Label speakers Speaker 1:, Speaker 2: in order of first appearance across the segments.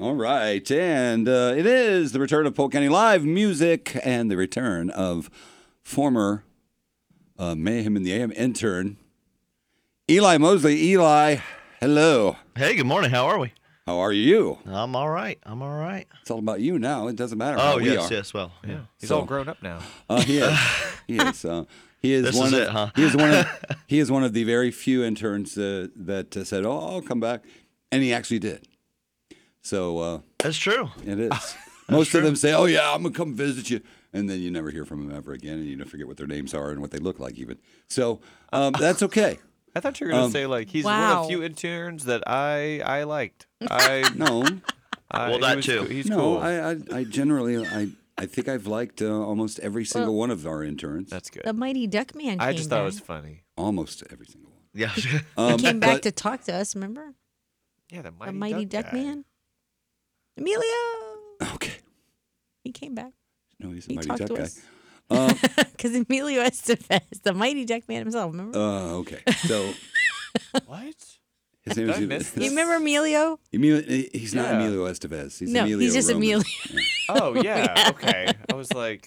Speaker 1: All right, and uh, it is the return of Polk County Live music and the return of former uh, Mayhem in the AM intern Eli Mosley. Eli, hello.
Speaker 2: Hey, good morning. How are we?
Speaker 1: How are you?
Speaker 2: I'm all right. I'm all right.
Speaker 1: It's all about you now. It doesn't matter. how
Speaker 2: Oh,
Speaker 1: we
Speaker 2: yes,
Speaker 1: are.
Speaker 2: yes. Well, yeah.
Speaker 3: He's
Speaker 1: So-
Speaker 3: all grown up now.
Speaker 1: Uh, he is. He is. Uh, he is
Speaker 2: This
Speaker 1: one
Speaker 2: is
Speaker 1: of,
Speaker 2: it, huh?
Speaker 1: He is one of. He is one of the very few interns uh, that uh, said, "Oh, I'll come back," and he actually did. So uh,
Speaker 2: That's true.
Speaker 1: it is. Most of them say, "Oh yeah, I'm gonna come visit you," and then you never hear from them ever again, and you don't forget what their names are and what they look like even. So um, that's okay.
Speaker 3: I thought you were gonna
Speaker 1: Um,
Speaker 3: say like he's one
Speaker 4: Wow.
Speaker 3: of the few interns that I I liked. I,
Speaker 1: No,
Speaker 3: I
Speaker 2: Well,
Speaker 3: he
Speaker 2: that
Speaker 3: was-
Speaker 2: too.
Speaker 3: He's
Speaker 1: no.
Speaker 3: cool.
Speaker 1: I, I, I generally, I, I think I've liked uh, almost every single one of our interns.
Speaker 3: That's good.
Speaker 4: The Mighty Duck Man.
Speaker 3: I
Speaker 4: came
Speaker 3: just thought it
Speaker 4: back.
Speaker 3: was funny.
Speaker 1: Almost every single one.
Speaker 2: Yeah.
Speaker 1: Um,
Speaker 4: He came back
Speaker 1: but-
Speaker 4: to talk to us. Remember
Speaker 3: Yeah, the mighty,
Speaker 4: the Mighty Duck,
Speaker 3: guy.
Speaker 4: Man, Emilio.
Speaker 1: Okay.
Speaker 4: He came back.
Speaker 1: No, he's a
Speaker 4: He
Speaker 1: mighty
Speaker 4: talked
Speaker 1: duck
Speaker 4: to
Speaker 1: guy.
Speaker 4: us.
Speaker 1: Um,
Speaker 4: Because Emilio Estevez, the Mighty Duck Man himself. Remember?
Speaker 1: Uh, okay. So
Speaker 3: What?
Speaker 1: his name
Speaker 3: Did I miss
Speaker 1: is
Speaker 3: this?
Speaker 4: you remember Emilio?
Speaker 1: Emilio, he's not
Speaker 3: Yeah.
Speaker 1: Emilio Estevez. He's
Speaker 4: no,
Speaker 1: Emilio
Speaker 4: he's just
Speaker 1: Roman.
Speaker 4: Emilio.
Speaker 3: Oh yeah. Okay. I was like,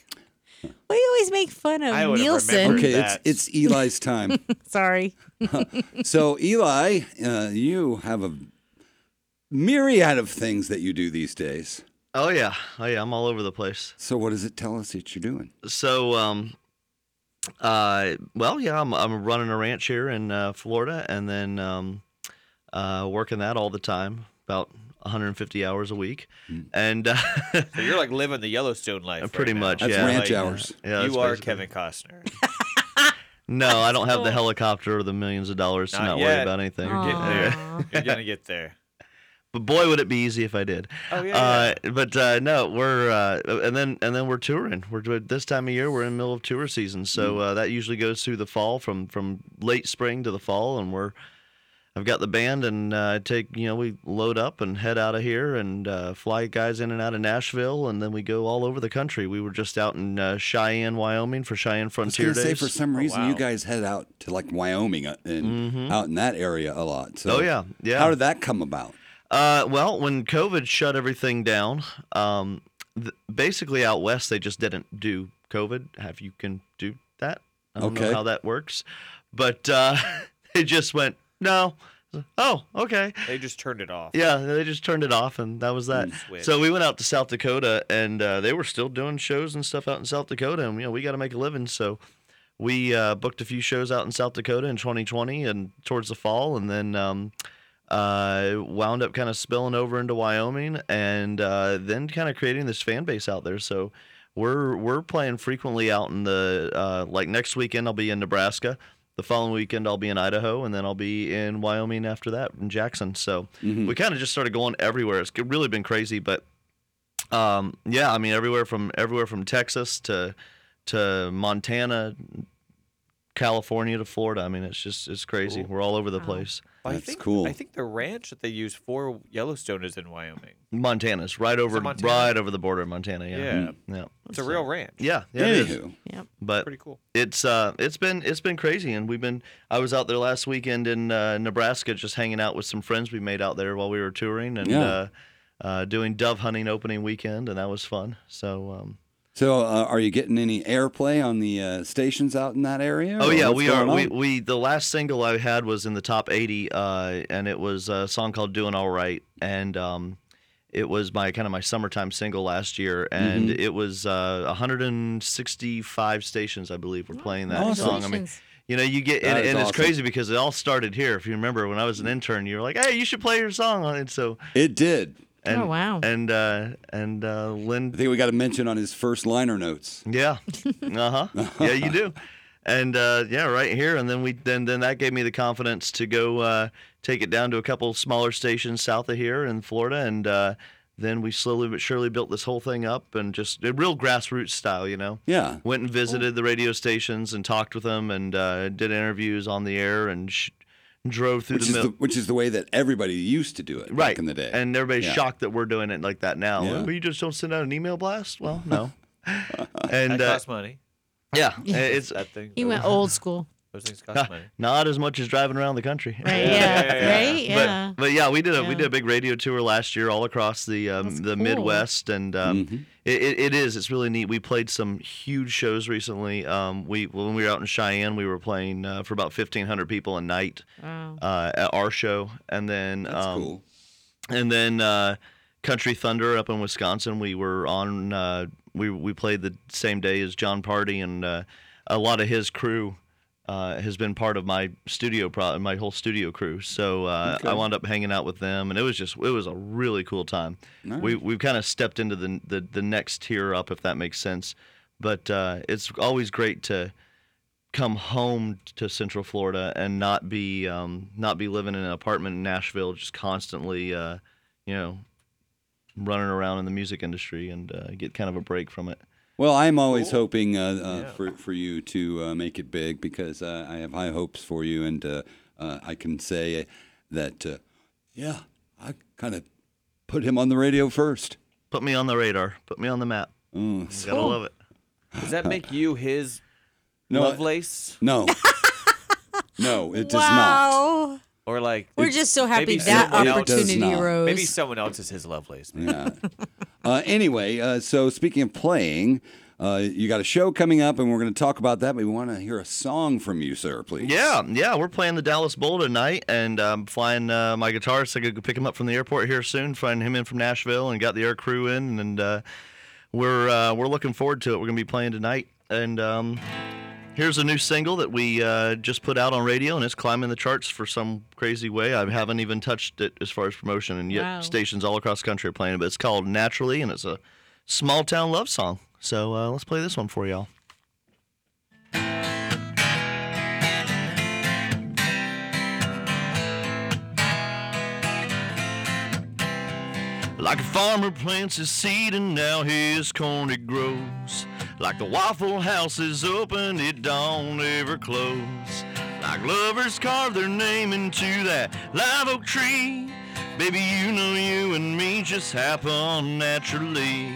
Speaker 4: We always make fun of
Speaker 3: I would've
Speaker 4: Nielsen.
Speaker 3: remembered.
Speaker 1: Okay, it's it's
Speaker 3: That's-
Speaker 1: Eli's time.
Speaker 4: Sorry.
Speaker 1: so Eli, uh, you have a myriad of things that you do these days.
Speaker 2: oh, yeah. Oh, yeah. I'm all over the place.
Speaker 1: So what does it tell us that you're doing?
Speaker 2: So, um, uh, well, yeah, I'm, I'm running a ranch here in uh, Florida and then um, uh, working that all the time, about 150 hours a week.
Speaker 1: Hmm.
Speaker 2: And uh,
Speaker 3: so you're like living the Yellowstone life.
Speaker 2: Pretty
Speaker 3: right now.
Speaker 2: much,
Speaker 1: That's
Speaker 2: Yeah,
Speaker 1: ranch
Speaker 3: Like,
Speaker 1: hours.
Speaker 2: yeah, that's
Speaker 3: you are
Speaker 2: basically-
Speaker 3: Kevin Costner.
Speaker 2: No, I don't have the helicopter or the millions of dollars to
Speaker 3: Not
Speaker 2: not
Speaker 3: yet.
Speaker 2: worry about anything.
Speaker 3: You're getting
Speaker 2: Yeah.
Speaker 3: there. You're gonna get there.
Speaker 2: But boy, would it be easy if I did.
Speaker 3: Oh yeah.
Speaker 2: Uh, but uh, no, we're uh, and then and then we're touring. We're do- this time of year we're in the middle of tour season,
Speaker 3: Mm-hmm.
Speaker 2: so uh, that usually goes through the fall from from late spring to the fall, and we're I've got the band and uh, take you know we load up and head out of here and uh, fly guys in and out of Nashville, and then we go all over the country. We were just out in uh, Cheyenne, Wyoming for Cheyenne
Speaker 1: I was
Speaker 2: Frontier
Speaker 1: gonna say
Speaker 2: Days. Oh,
Speaker 1: for some reason you
Speaker 3: wow.
Speaker 1: guys head out to like Wyoming uh, and out in that area a lot. So
Speaker 2: Mm-hmm. oh yeah, yeah.
Speaker 1: How did that come about?
Speaker 2: Uh, well, when COVID shut everything down, um, th- basically out west they just didn't do COVID. Have you can do that? I don't
Speaker 1: Okay.
Speaker 2: know how that works, but uh, they just went no. Oh, okay.
Speaker 3: They just turned it off.
Speaker 2: Yeah, they just turned it off, and that was that.
Speaker 3: Switch.
Speaker 2: So we went out to South Dakota, and uh, they were still doing shows and stuff out in South Dakota, and you know we got to make a living, so we uh, booked a few shows out in South Dakota in 2020 and towards the fall, and then um, uh, wound up kind of spilling over into Wyoming, and uh, then kind of creating this fan base out there. So we're we're playing frequently out in the uh, like next weekend I'll be in Nebraska. The following weekend I'll be in Idaho, and then I'll be in Wyoming after that in Jackson. So
Speaker 1: Mm-hmm.
Speaker 3: Hmm.
Speaker 2: we kind of just started going everywhere. It's really been crazy, but um, yeah, I mean everywhere from everywhere from Texas to to Montana, California to Florida. I mean it's just it's crazy. We're all over the place.
Speaker 3: I
Speaker 1: That's
Speaker 3: think,
Speaker 1: cool.
Speaker 3: I think the ranch that they use for Yellowstone is in Wyoming.
Speaker 2: Montana's right over
Speaker 3: Montana?
Speaker 2: right over the border of Montana. Yeah, yeah, yeah.
Speaker 3: It's a real ranch.
Speaker 2: yeah, it is.
Speaker 1: Anywho,
Speaker 4: Yep.
Speaker 2: But
Speaker 3: Pretty cool.
Speaker 2: it's uh it's been it's been crazy and we've been I was out there last weekend in uh, Nebraska just hanging out with some friends we made out there while we were touring and
Speaker 1: Yeah.
Speaker 2: uh, uh, doing dove hunting opening weekend and that was fun so um,
Speaker 1: so uh, are you getting any airplay on the uh, stations out in that area?
Speaker 2: oh
Speaker 1: or
Speaker 2: yeah
Speaker 1: what's
Speaker 2: we are
Speaker 1: going
Speaker 2: we,
Speaker 1: on?
Speaker 2: we the last single I had was in the top 80 uh, and it was a song called doing all right and um, it was my kind of my summertime single last year and
Speaker 1: Mm-hmm.
Speaker 2: it was uh, 165 stations I believe were playing that
Speaker 1: Awesome.
Speaker 2: song I mean
Speaker 4: Congratulations.
Speaker 2: You know, you get
Speaker 1: That
Speaker 2: and,
Speaker 1: is
Speaker 2: and it's
Speaker 1: awesome.
Speaker 2: crazy because it all started here. If you remember, when I was an intern, you were like, "Hey, you should play your song," on it. So
Speaker 1: It did.
Speaker 2: and
Speaker 4: Oh, wow.
Speaker 2: and uh, and uh,
Speaker 1: I
Speaker 2: Lynn,
Speaker 1: think we got a mention on his first liner notes.
Speaker 2: yeah, uh huh, yeah, you do, and uh, yeah, right here. And then we then then that gave me the confidence to go uh, take it down to a couple smaller stations south of here in Florida, and uh, then we slowly but surely built this whole thing up and just a real grassroots style, you know.
Speaker 1: Yeah.
Speaker 2: went and visited the radio stations and talked with them and uh, did interviews on the air and sh- drove through
Speaker 1: Which
Speaker 2: the
Speaker 1: is,
Speaker 2: middle.
Speaker 1: the, which is the way that everybody used to do it
Speaker 2: right
Speaker 1: back in the day.
Speaker 2: and everybody's
Speaker 1: Yeah.
Speaker 2: shocked that we're doing it like that now.
Speaker 1: Yeah.
Speaker 2: Well, you just don't send out an email blast. Well, no.
Speaker 3: That
Speaker 2: and uh,
Speaker 3: costs money.
Speaker 2: yeah, it's
Speaker 3: That thing.
Speaker 4: He went old school.
Speaker 3: Those things cost money.
Speaker 2: Not as much as driving around the country.
Speaker 4: Right. Yeah.
Speaker 3: yeah, yeah.
Speaker 4: Right. Yeah.
Speaker 2: But, but yeah, we did a we
Speaker 4: Yeah.
Speaker 2: did a big radio tour last year all across the um,
Speaker 4: That's
Speaker 2: the
Speaker 4: cool.
Speaker 2: Midwest, and
Speaker 1: Mm.
Speaker 2: um,
Speaker 1: Mm-hmm.
Speaker 2: it, it, it is it's really neat. We played some huge shows recently. Um, we when we were out in Cheyenne, we were playing uh, for about fifteen hundred people a night
Speaker 4: Wow.
Speaker 2: uh, at our show, and then
Speaker 1: That's
Speaker 2: um,
Speaker 1: cool.
Speaker 2: and then uh, Country Thunder up in Wisconsin. We were on. Uh, we we played the same day as John Party, and uh, a lot of his crew uh, has been part of my studio, pro- my whole studio crew. So uh,
Speaker 1: Okay.
Speaker 2: I wound up hanging out with them, and it was just it was a really cool time.
Speaker 1: All
Speaker 2: We
Speaker 1: right.
Speaker 2: we've kind of stepped into the, the the next tier up, if that makes sense. But uh, it's always great to come home to Central Florida and not be um, not be living in an apartment in Nashville, just constantly, uh, you know, running around in the music industry and uh, get kind of a break from it.
Speaker 1: Well, I'm always hoping uh, uh, for for you to uh, make it big because uh, I have high hopes for you, and uh, uh, I can say that uh, yeah, I kind of put him on the radio first.
Speaker 2: Put me on the radar. Put me on the map.
Speaker 1: Mm.
Speaker 2: Gotta love it.
Speaker 3: Does that make you his
Speaker 1: No, I-
Speaker 3: Lovelace?
Speaker 1: No, no, it does not.
Speaker 4: wow.
Speaker 3: Or like
Speaker 4: We're just so happy
Speaker 3: Maybe
Speaker 4: that
Speaker 3: someone else- It does
Speaker 4: opportunity
Speaker 1: not.
Speaker 4: arose.
Speaker 3: maybe someone else is his Lovelace.
Speaker 1: Yeah. Uh, anyway, uh, so speaking of playing, uh, you got a show coming up, and we're going to talk about that. But we want to hear a song from you, sir, please.
Speaker 2: Yeah, yeah, we're playing the Dallas Bowl tonight, and I'm flying uh, my guitarist. I could go pick him up from the airport here soon. Flying him in from Nashville, and got the air crew in, and uh, we're uh, we're looking forward to it. We're gonna be playing tonight, and um, here's a new single that we uh, just put out on radio, and it's climbing the charts for some crazy way. I haven't even touched it as far as promotion, and yet
Speaker 4: Wow.
Speaker 2: stations all across the country are playing it. But it's called Naturally, and it's a small town love song. So uh, let's play this one for y'all. Like a farmer plants his seed and now his corn it grows. Like the Waffle House is open, it don't ever close. Like lovers carve their name into that live oak tree. Baby, you know you and me just happen naturally.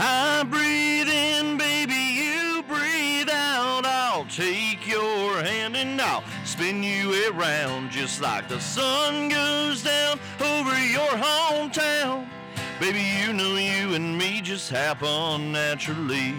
Speaker 2: I breathe in, baby, you breathe out. I'll take your hand and I'll spin you around just like the sun goes down over your hometown. Baby, you know you and me just happen naturally.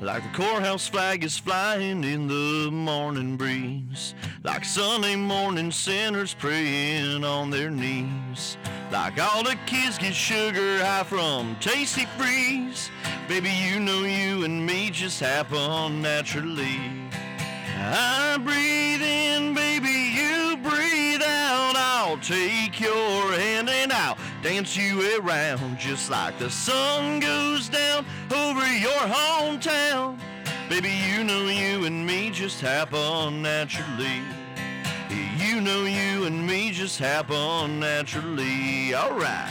Speaker 2: Like the courthouse flag is flying in the morning breeze. Like Sunday morning sinners praying on their knees. Like all the kids get sugar high from Tasty Freeze. Baby, you know you and me just happen naturally. I breathe in, baby, you breathe out. I'll take your hand and I'll dance you around just like the sun goes down over your hometown. Baby, you know you and me just happen naturally. You know you and me just happen naturally. All right.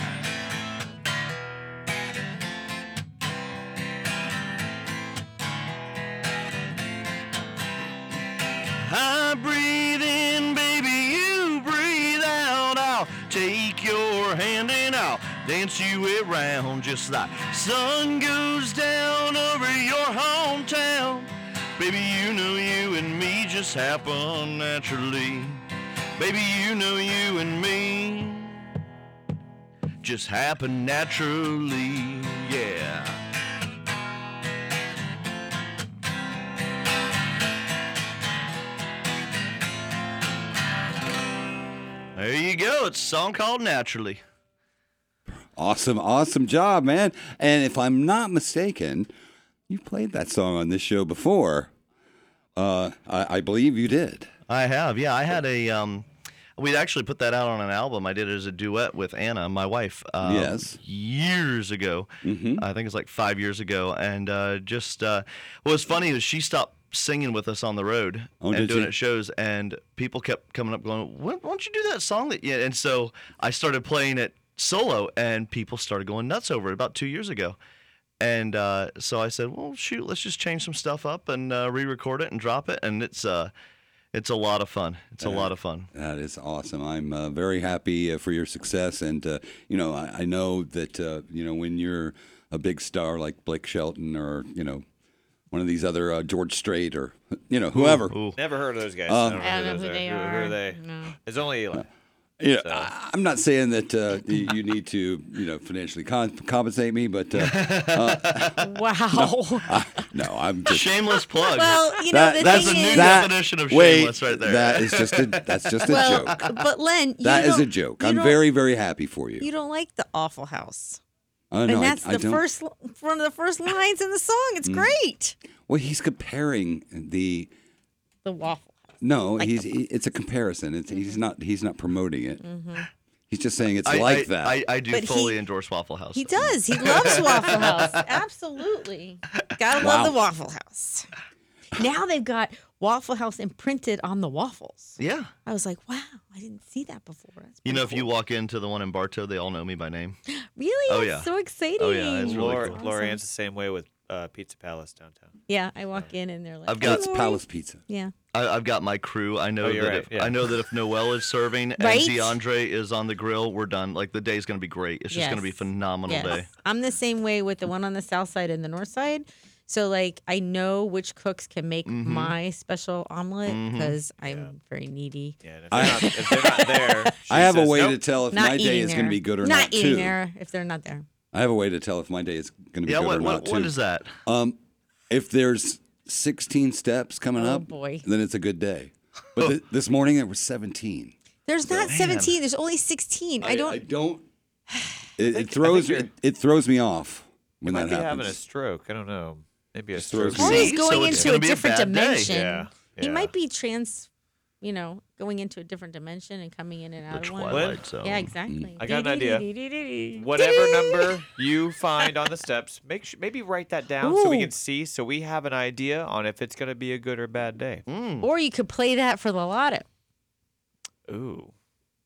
Speaker 2: I breathe in, baby, you breathe out. I'll take your hand and I'll dance you around just like sun goes down over your hometown. Baby, you know you and me just happen naturally. Baby, you know you and me just happen naturally. Yeah. There you go. It's a song called Naturally.
Speaker 1: Awesome, awesome job, man. And if I'm not mistaken, you played that song on this show before. Uh, I, I believe you did.
Speaker 2: I have, yeah. I had a. Um, we actually put that out on an album. I did it as a duet with Anna, my wife. Um,
Speaker 1: Yes.
Speaker 2: Years ago,
Speaker 1: Mm-hmm.
Speaker 2: I think it's like five years ago, and uh, just uh, what was funny is she stopped singing with us on the road
Speaker 1: Oh,
Speaker 2: and
Speaker 1: did
Speaker 2: doing
Speaker 1: she?
Speaker 2: it at shows, and people kept coming up going, "Why why don't you do that song?" That yeah, and so I started playing it solo, and people started going nuts over it about two years ago. And uh, so I said, "Well, shoot, let's just change some stuff up and uh, re-record it and drop it." And it's uh, It's a lot of fun. It's a lot of fun.
Speaker 1: That is awesome. I'm uh, very happy uh, for your success, and uh, you know, I, I know that uh, you know when you're a big star like Blake Shelton or you know one of these other uh, George Strait or you know whoever.
Speaker 2: Ooh.
Speaker 3: Never heard of those guys.
Speaker 1: Um,
Speaker 4: I don't know who
Speaker 3: those
Speaker 4: they
Speaker 3: Who,
Speaker 4: are.
Speaker 3: are they?
Speaker 4: No.
Speaker 3: It's only
Speaker 1: Mm.
Speaker 3: Eli.
Speaker 1: Yeah, I- I'm not saying that uh, you you need to you know financially con- compensate me, but uh,
Speaker 4: Wow.
Speaker 1: I, no, I'm just
Speaker 2: Shameless plug.
Speaker 4: well, you know
Speaker 1: that,
Speaker 4: the
Speaker 1: that's
Speaker 4: thing
Speaker 2: a
Speaker 4: is,
Speaker 2: new-
Speaker 1: that-
Speaker 2: definition of
Speaker 1: wait,
Speaker 2: shameless right there.
Speaker 1: That is just a that's just a
Speaker 4: well,
Speaker 1: joke.
Speaker 4: but Len, you
Speaker 1: That is
Speaker 4: don't-
Speaker 1: a joke.
Speaker 4: you
Speaker 1: I'm
Speaker 4: don't-
Speaker 1: very very happy for you.
Speaker 4: You don't like the Awful House,
Speaker 1: I know,
Speaker 4: and
Speaker 1: I-
Speaker 4: that's
Speaker 1: I
Speaker 4: the
Speaker 1: don't- Mm.
Speaker 4: first one of the first lines in the song. It's great.
Speaker 1: Well, he's comparing the
Speaker 4: The Waffle House.
Speaker 1: No, he's he, it's a comparison.
Speaker 4: Mm-hmm.
Speaker 1: It's, He's not he's not promoting it. He's just saying it's
Speaker 2: I,
Speaker 1: like
Speaker 2: I-
Speaker 1: that.
Speaker 2: I, I do
Speaker 4: But
Speaker 2: fully
Speaker 4: he-
Speaker 2: endorse Waffle House.
Speaker 4: He does. He loves Waffle House. Absolutely. Gotta
Speaker 1: Wow.
Speaker 4: love the Waffle House. Now they've got Waffle House imprinted on the waffles.
Speaker 2: Yeah.
Speaker 4: I was like, wow, I didn't see that before. That's
Speaker 2: You
Speaker 4: pretty
Speaker 2: know, if you
Speaker 4: cool.
Speaker 2: walk into the one in Bartow, they all know me by name.
Speaker 4: really,
Speaker 2: Oh,
Speaker 4: that's
Speaker 2: yeah.
Speaker 4: so exciting.
Speaker 2: It's really
Speaker 3: Laura,
Speaker 2: cool.
Speaker 3: Laura
Speaker 4: Awesome.
Speaker 3: Ann's the same way with uh, Pizza Palace downtown.
Speaker 4: Yeah, I walk in and they're like,
Speaker 2: I've got-
Speaker 1: it's
Speaker 4: "Hey, Lori."
Speaker 1: Palace Pizza.
Speaker 4: Yeah,
Speaker 2: I, I've got my crew. I know
Speaker 3: Oh,
Speaker 2: that
Speaker 3: you're right,
Speaker 2: if,
Speaker 3: yeah.
Speaker 2: I know that if Noel is serving
Speaker 4: Right?
Speaker 2: and DeAndre is on the grill, we're done. Like the day's gonna be great. It's just gonna be a
Speaker 4: Yes.
Speaker 2: phenomenal
Speaker 4: yes.
Speaker 2: day.
Speaker 4: I'm the same way with the one on the south side and the north side. So like, I know which cooks can make my special omelet because I'm very needy.
Speaker 3: Yeah, and if, they're not, if they're not there, she
Speaker 1: I have a
Speaker 3: says,
Speaker 1: way
Speaker 3: "Nope."
Speaker 1: to tell if
Speaker 4: not
Speaker 1: my day
Speaker 4: eating
Speaker 1: is
Speaker 4: there.
Speaker 1: going to be good or
Speaker 4: not
Speaker 1: not,
Speaker 4: eating
Speaker 1: too.
Speaker 4: there if they're not there.
Speaker 1: I have a way to tell if my day is going to be
Speaker 2: Yeah,
Speaker 1: good
Speaker 2: what
Speaker 1: or
Speaker 2: what,
Speaker 1: not
Speaker 2: what
Speaker 1: too.
Speaker 2: is that?
Speaker 1: um, if there's 16 steps coming
Speaker 4: Oh,
Speaker 1: up,
Speaker 4: boy.
Speaker 1: then it's a good day.
Speaker 2: Oh.
Speaker 1: But th- this morning there were 17.
Speaker 4: There's not 17. There's only 16. I,
Speaker 1: I
Speaker 4: don't.
Speaker 1: don't. It, it throws
Speaker 3: you're-
Speaker 1: it, it throws me off when
Speaker 3: Might
Speaker 1: that
Speaker 3: be having
Speaker 1: happens.
Speaker 3: a stroke. I don't know. Maybe a
Speaker 1: Just throws
Speaker 3: stroke.
Speaker 1: me
Speaker 4: Corey's
Speaker 2: See,
Speaker 4: going
Speaker 2: so it's
Speaker 4: into
Speaker 2: gonna
Speaker 4: a
Speaker 2: be a
Speaker 4: different
Speaker 2: bad day.
Speaker 4: dimension.
Speaker 3: Yeah,
Speaker 4: He
Speaker 3: yeah.
Speaker 4: might be trans, you know, going into a different dimension and coming in and
Speaker 2: The
Speaker 4: out of one.
Speaker 2: Twilight Zone.
Speaker 4: Yeah, exactly.
Speaker 3: I got an
Speaker 4: idea.
Speaker 3: Whatever number you find on the steps, make sure, maybe write that down so we
Speaker 4: Ooh.
Speaker 3: can see, so we have an idea on if it's going to be a good or bad day.
Speaker 4: Or you could play that for the lotto.
Speaker 3: Ooh.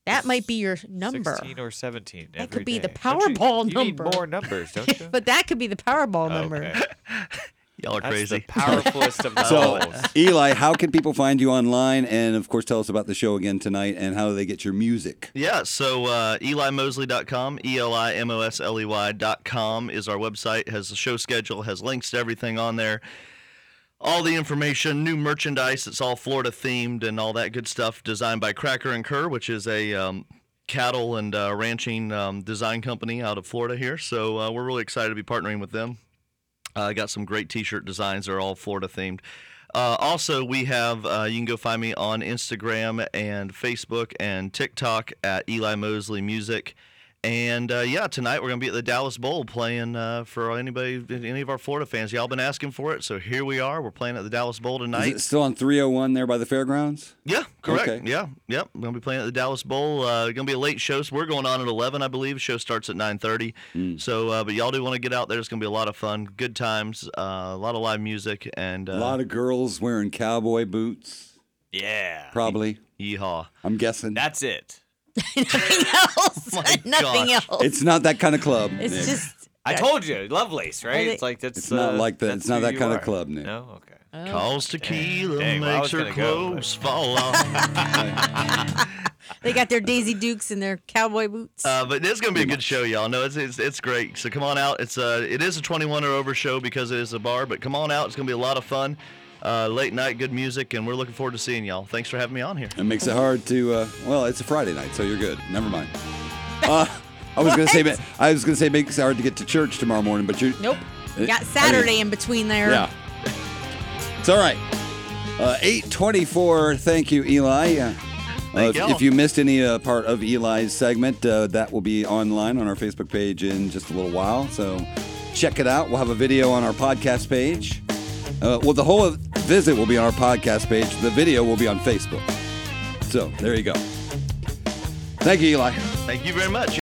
Speaker 4: That might be your number.
Speaker 3: 16 or 17.
Speaker 4: That could
Speaker 3: every
Speaker 4: be the
Speaker 3: day. Don't
Speaker 4: Powerball
Speaker 3: you, you
Speaker 4: number.
Speaker 3: need more numbers, don't you?
Speaker 4: but that could be the
Speaker 1: Oh,
Speaker 4: Powerball number.
Speaker 3: Okay.
Speaker 2: Y'all are
Speaker 3: That's the
Speaker 2: crazy.
Speaker 3: powerfulest of
Speaker 1: So,
Speaker 3: levels.
Speaker 1: Eli, how can people find you online? And of course, tell us about the show again tonight and how they get your music.
Speaker 2: Yeah, so uh, elimosley.com, E L I M O S L E Y.com is our website, has the show schedule, has links to everything on there. All the information, new merchandise, it's all Florida themed and all that good stuff, designed by Cracker and Kerr, which is a um, cattle and uh, ranching um, design company out of Florida here. So uh, we're really excited to be partnering with them. Uh, I got some great T-shirt designs. They're all Florida themed. Uh, also, we have uh, you can go find me on Instagram and Facebook and TikTok at Eli Mosley Music. And uh, yeah, tonight we're gonna be at the Dallas Bowl playing uh, for anybody, any of our Florida fans. Y'all been asking for it, so here we are. We're playing at the Dallas Bowl
Speaker 1: Is
Speaker 2: tonight.
Speaker 1: it still on 301 there by the fairgrounds?
Speaker 2: Yeah, correct.
Speaker 1: Okay.
Speaker 2: Yeah, yep. We're gonna be playing at the Dallas Bowl. Uh, gonna be a late show, so we're going on at eleven, I believe. Show starts at nine thirty.
Speaker 1: Mm.
Speaker 2: So, uh, but y'all do want to get out there. It's gonna be a lot of fun, good times, uh, a lot of live music, and uh,
Speaker 1: A lot of girls wearing cowboy boots,
Speaker 3: Yeah.
Speaker 1: probably.
Speaker 2: yeehaw.
Speaker 1: I'm guessing.
Speaker 3: That's it.
Speaker 4: Nothing else.
Speaker 2: my
Speaker 4: Nothing
Speaker 2: gosh.
Speaker 4: else.
Speaker 1: it's not that kind of club.
Speaker 4: It's
Speaker 1: Nick.
Speaker 4: just.
Speaker 3: I told you, Lovelace, right?
Speaker 4: think-
Speaker 3: it's like that's.
Speaker 1: It's not
Speaker 3: uh,
Speaker 1: like that.
Speaker 3: that's
Speaker 1: It's not
Speaker 3: who
Speaker 1: that
Speaker 3: you
Speaker 1: kind
Speaker 3: are.
Speaker 1: of club, Nick.
Speaker 3: No. Okay.
Speaker 2: Calls tequila
Speaker 3: Dang, well, I
Speaker 2: makes
Speaker 3: was
Speaker 2: her
Speaker 3: gonna go,
Speaker 2: clothes fall off.
Speaker 4: They got their Daisy Dukes and their cowboy boots.
Speaker 2: Uh, but it's gonna be a good show, y'all. No, it's, it's it's great. So come on out. It's uh it is a 21 or over show because it is a bar, but come on out. It's gonna be a lot of fun. Uh, late night, good music, and we're looking forward to seeing y'all. Thanks for having me on here.
Speaker 1: It makes it hard to. Uh, well, it's a Friday night, so you're good. Never mind. Uh, I was gonna say. ma- I was gonna say it makes it hard to get to church tomorrow morning, but you.
Speaker 4: nope.
Speaker 1: Uh,
Speaker 4: Got
Speaker 1: I
Speaker 4: Saturday
Speaker 1: mean-
Speaker 4: in between there.
Speaker 1: Yeah. It's all right. Uh, 824. Thank you, Eli. Uh,
Speaker 2: Thank
Speaker 1: if,
Speaker 2: y'all.
Speaker 1: if you missed any uh, part of Eli's segment, uh, that will be online on our Facebook page in just a little while. So check it out. We'll have a video on our podcast page. Uh, well, the whole visit will be on our podcast page. The video will be on Facebook. So there you go. Thank you, Eli.
Speaker 2: Thank you very much.